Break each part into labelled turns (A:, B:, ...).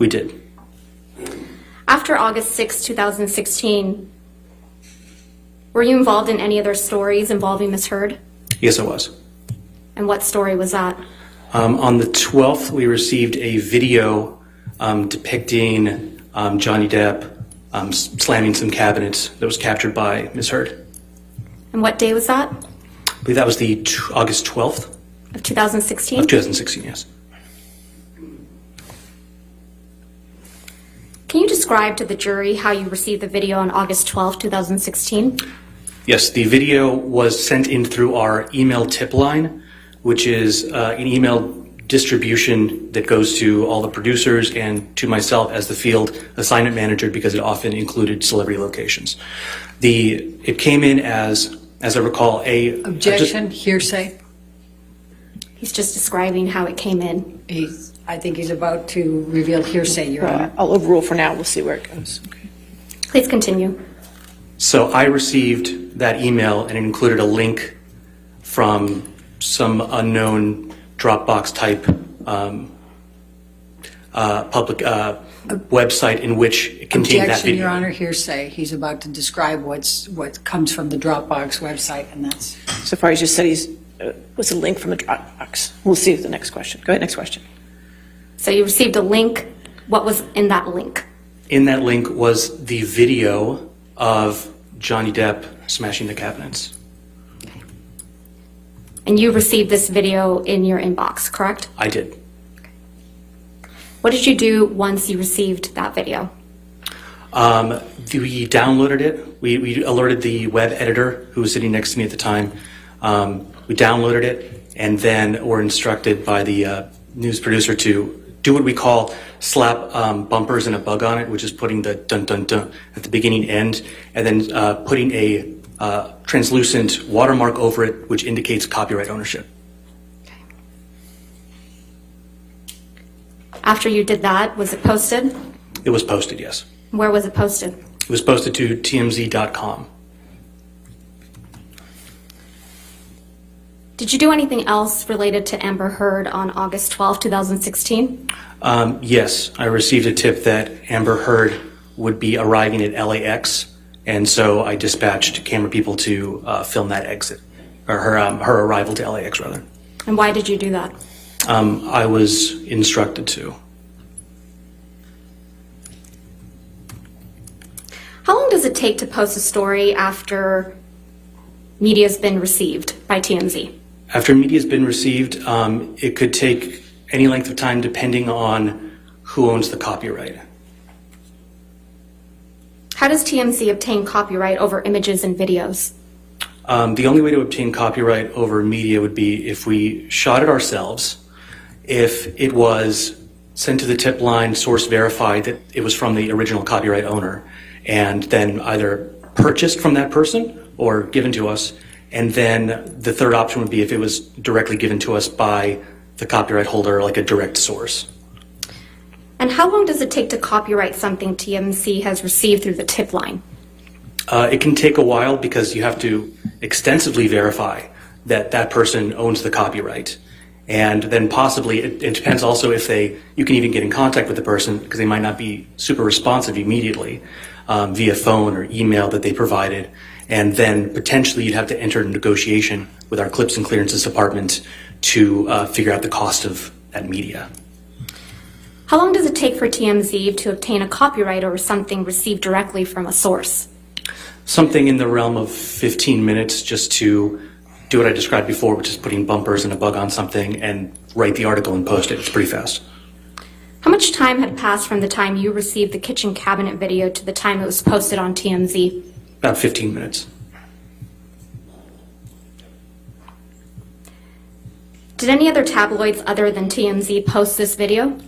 A: We did.
B: After August 6, 2016, were you involved in any other stories involving Ms. Heard?
A: Yes, I was.
B: And what story was that?
A: Um, on the 12th, we received a video um, depicting um, Johnny Depp um, s- slamming some cabinets that was captured by Ms. Heard.
B: And what day was that
A: I believe that was the t- August 12th
B: of
A: of
B: 2016?
A: 2016, yes.
B: Can you describe to the jury how you received the video on August 12, 2016?
A: Yes, the video was sent in through our email tip line, which is uh, an email distribution that goes to all the producers and to myself as the field assignment manager because it often included celebrity locations. The it came in as, as I recall, a
C: Objection, hearsay.
B: He's just describing how it came in.
C: He's, I think he's about to reveal hearsay, Your
D: Uh,
C: Honor.
D: I'll overrule for now, we'll see where it goes.
B: Please continue.
A: So I received that email and it included a link from some unknown Dropbox type um, uh, public uh, website in which it contained that
C: Objection,
A: video.
C: Your Honor, hearsay. He's about to describe what's, what comes from the Dropbox website, and that's,
D: So far, he's just said he's, uh, was a link from a Dropbox. We'll see the next question. Go ahead, next question.
B: So you received a link. What was in that link?
A: In that link was the video of Johnny Depp smashing the cabinets.
B: And you received this video in your inbox, correct?
A: I did.
B: What did you do once you received that video?
A: Um, we downloaded it. We, we alerted the web editor who was sitting next to me at the time. Um, we downloaded it and then were instructed by the uh, news producer to do what we call slap um, bumpers and a bug on it, which is putting the dun dun dun at the beginning end and then uh, putting a uh, translucent watermark over it, which indicates copyright ownership.
B: After you did that, was it posted?
A: It was posted, yes.
B: Where was it posted?
A: It was posted to tmz.com.
B: Did you do anything else related to Amber Heard on August 12, 2016?
A: Um, yes, I received a tip that Amber Heard would be arriving at LAX, and so I dispatched camera people to uh, film that exit, or her um, her arrival to LAX rather.
B: And why did you do that?
A: Um, I was instructed to.
B: How long does it take to post a story after media's been received by TMZ?
A: After media's been received, um, it could take any length of time depending on who owns the copyright.
B: How does TMZ obtain copyright over images and videos?
A: Um, the only way to obtain copyright over media would be if we shot it ourselves, if it was sent to the tip line, source verified that it was from the original copyright owner, and then either purchased from that person or given to us. And then the third option would be if it was directly given to us by the copyright holder, like a direct source.
B: And how long does it take to copyright something TMZ has received through the tip line?
A: Uh, it can take a while because you have to extensively verify that that person owns the copyright. And then possibly, it, it depends also if they, you can even get in contact with the person because they might not be super responsive immediately um, via phone or email that they provided. And then potentially you'd have to enter a negotiation with our clips and clearances department to uh, figure out the cost of that media.
B: How long does it take for TMZ to obtain a copyright over something received directly from a source?
A: something in the realm of 15 minutes just to do what I described before, which is putting bumpers and a bug on something and write the article and post it. It's pretty fast.
B: How much time had passed from the time you received the kitchen cabinet video to the time it was posted on TMZ?
A: About 15 minutes.
B: Did any other tabloids other than TMZ post this video?
A: No, the-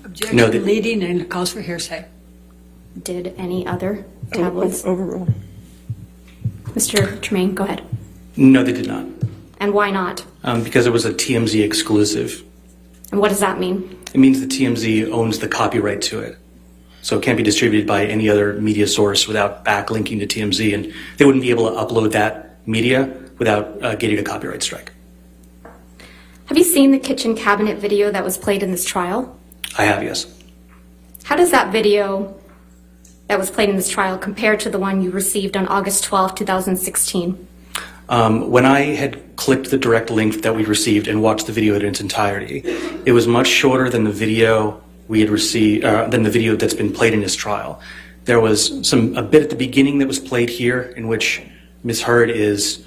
C: objection leading and it calls for hearsay.
B: Did any other tabloids?
D: Overrule.
B: Mr. Tremaine, go ahead.
A: No, they did not.
B: And why not?
A: Um, because it was a TMZ exclusive.
B: And what does that mean?
A: It means the TMZ owns the copyright to it. So it can't be distributed by any other media source without backlinking to TMZ. And they wouldn't be able to upload that media without uh, getting a copyright strike.
B: Have you seen the kitchen cabinet video that was played in this trial?
A: I have, yes.
B: How does that video that was played in this trial compare to the one you received on August 12, 2016?
A: Um, when I had clicked the direct link that we received and watched the video in its entirety, it was much shorter than the video we had received uh, than the video that's been played in this trial. There was some a bit at the beginning that was played here in which Ms. Hurd is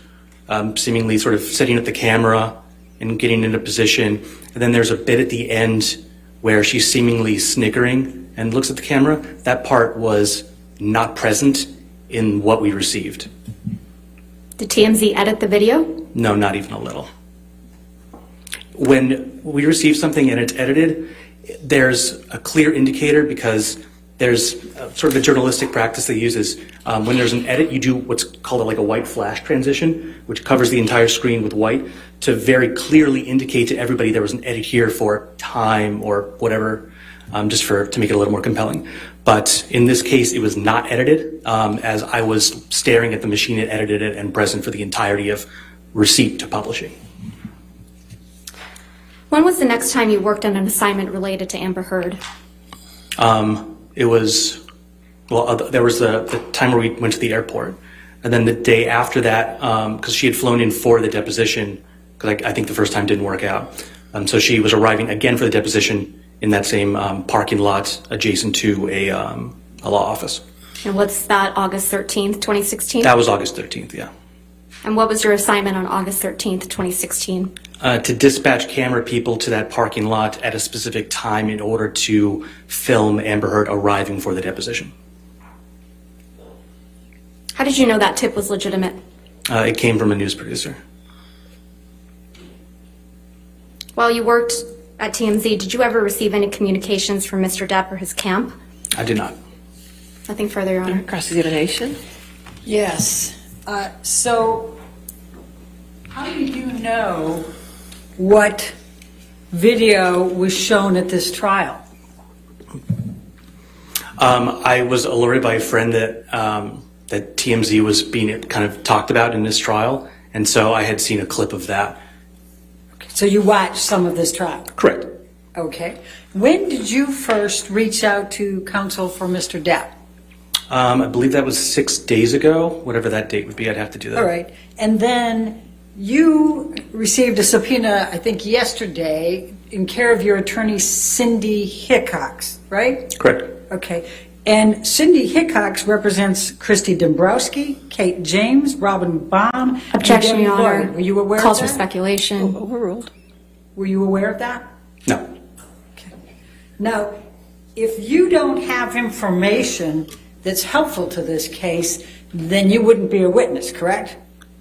A: um, seemingly sort of setting up the camera and getting into position, and then there's a bit at the end where she's seemingly snickering and looks at the camera. That part was not present in what we received.
B: Did TMZ edit the video?
A: No, not even a little. When we receive something and it's edited, there's a clear indicator because there's a, sort of a journalistic practice they use is um, when there's an edit, you do what's called like a white flash transition, which covers the entire screen with white to very clearly indicate to everybody there was an edit here for time or whatever, um, just for to make it a little more compelling. But in this case, it was not edited, um, as I was staring at the machine that edited it and present for the entirety of receipt to publishing.
B: When was the next time you worked on an assignment related to Amber Heard?
A: Um, it was, well, uh, there was the, the time where we went to the airport. And then the day after that, because she had flown in for the deposition, because I, I think the first time didn't work out. Um, so she was arriving again for the deposition in that same um, parking lot adjacent to a, um, a law office.
B: And what's that, August 13th, 2016?
A: That was August 13th, yeah.
B: And what was your assignment on August 13th, 2016?
A: uh, to dispatch camera people to that parking lot at a specific time in order to film Amber Heard arriving for the deposition.
B: How did you know that tip was legitimate?
A: Uh, it came from a news producer.
B: While you worked at TMZ, did you ever receive any communications from Mr. Depp or his camp?
A: I did not.
B: Nothing further, Your Honor.
D: Cross-examination?
C: Yes. Uh, So how do you know what video was shown at this trial?
A: Um, I was alerted by a friend that um, that TMZ was being kind of talked about in this trial, and so I had seen a clip of that.
C: So you watched some of this trial?
A: Correct.
C: Okay. When did you first reach out to counsel for Mr. Depp?
A: Um, I believe that was six days ago, whatever that date would be. I'd have to do that.
C: All right. And then you received a subpoena, I think yesterday, in care of your attorney Cindy Hickox, right?
A: Correct.
C: Okay. And Cindy Hickox represents Christy Dombrowski, Kate James, Robin Baum. and
B: Objection,
C: Debbie
B: Your
C: Lloyd.
B: Honor.
C: Were you aware
B: Calls
C: of
B: for
C: that? Oh,
B: speculation.
D: Overruled.
C: Were you aware of that?
A: No.
C: Okay. Now, if you don't have information that's helpful to this case, then you wouldn't be a witness, correct?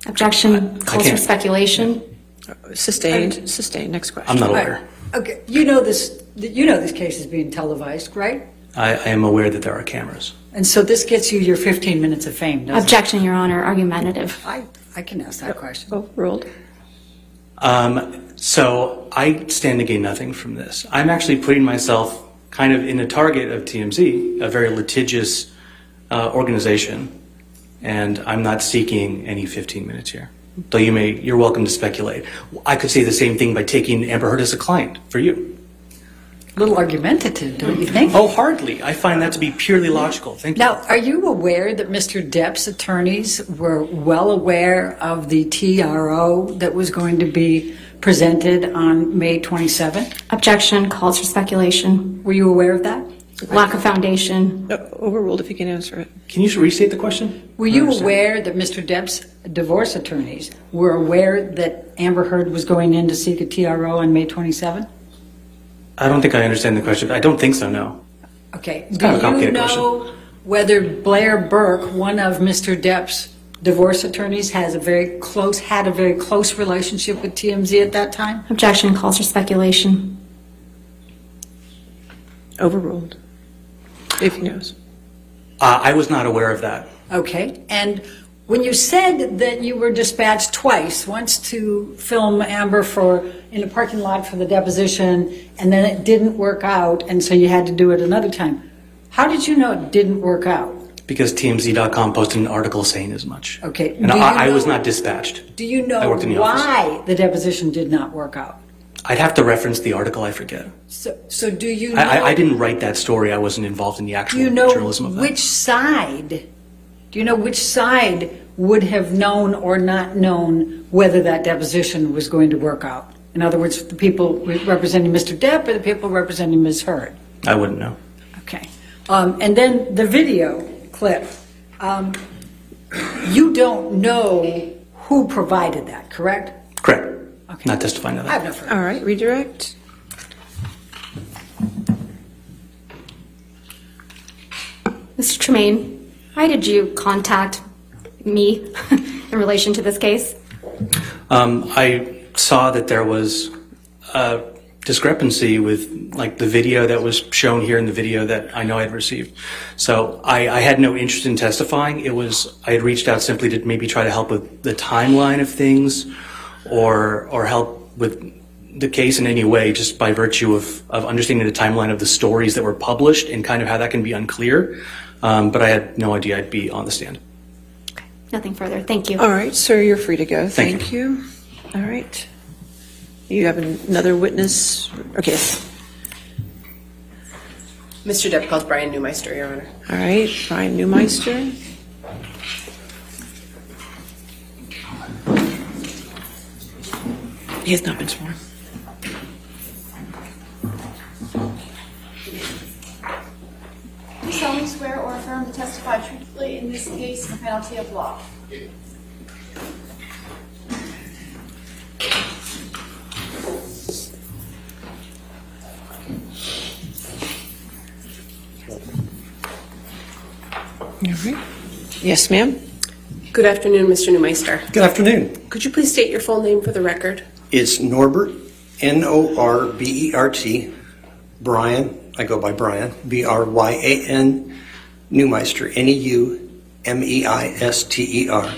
B: Objection. Calls for
A: can't-
B: speculation.
E: Uh,
D: Sustained, sustained, next question.
A: I'm not aware.
C: Okay, you know this, you know this case is being televised, right?
A: I, I am aware that there are cameras.
C: And so this gets you your 15 minutes of fame, doesn't it?
B: Objection, Your Honor. Argumentative.
C: I, I can ask that question.
D: Overruled.
A: Um, so I stand to gain nothing from this. I'm actually putting myself kind of in a target of TMZ, a very litigious uh, organization, and I'm not seeking any 15 minutes here. Though you may, you're welcome to speculate. I could say the same thing by taking Amber Heard as a client for you.
C: A little argumentative, don't you think?
A: Oh, hardly. I find that to be purely logical. Thank you.
C: Now, are you aware that Mr. Depp's attorneys were well aware of the TRO that was going to be presented on May 27?
B: Objection. Calls for speculation.
C: Were you aware of that?
B: Lack of foundation.
D: No, Overruled, if you can answer it.
A: Can you restate the question?
C: Were you aware that Mr. Depp's divorce attorneys were aware that Amber Heard was going in to seek a TRO on May 27?
A: I don't think I understand the question. I don't think so. No.
C: Okay.
A: kind of a
C: Do you
A: complicated
C: know whether Blair Burke, one of Mr. Depp's divorce attorneys, has a very close, had a very close relationship with TMZ at that time?
B: Objection. Calls for speculation.
D: Overruled, if he knows.
A: Uh, I was not aware of that.
C: Okay. And when you said that you were dispatched twice, once to film Amber for in a parking lot for the deposition, and then it didn't work out, and so you had to do it another time. How did you know it didn't work out?
A: Because TMZ.com posted an article saying as much.
C: Okay,
A: And
C: do you
A: I, I was
C: know-
A: not dispatched.
C: Do you
A: I
C: know
A: worked in the office.
C: why the deposition did not work out?
A: I'd have to reference the article. I forget.
C: So, so do you know?
A: I, I, I didn't write that story. I wasn't involved in the actual
C: Do you know
A: journalism of that.
C: which side? Do you know which side would have known or not known whether that deposition was going to work out? In other words, the people re- representing Mr. Depp or the people representing Ms. Heard?
A: I wouldn't know.
C: Okay. Um, and then the video clip. Um, you don't know who provided that, correct?
A: Correct.
C: Okay.
A: Not testifying to that.
C: I've never.
E: All right, redirect.
B: Mr. Tremaine, why did you contact me in relation to this case?
A: Um, I saw that there was a discrepancy with like the video that was shown here and the video that I know I had received. So I, I had no interest in testifying. It was I had reached out simply to maybe try to help with the timeline of things, or or help with the case in any way just by virtue of, of understanding the timeline of the stories that were published and kind of how that can be unclear. Um, but I had no idea I'd be on the stand.
B: Nothing further. Thank you.
E: All right, sir, you're free to go.
A: Thank
E: Thank you. All right. You have another witness? Okay,
F: Mr. Depp calls Brian Newmeister, Your Honor.
E: all right, Brian Newmeister. He has not been sworn.
G: Do solemnly swear or affirm to testify truthfully in this case in the penalty of law?
E: All right. Yes, ma'am?
F: Good afternoon, Mr. Newmeister.
H: Good afternoon.
F: Could you please state your full name for the record?
H: It's Norbert, N O R B E R T, Brian, I go by Brian, B R Y A N, Newmeister, N E U M E I S T E R.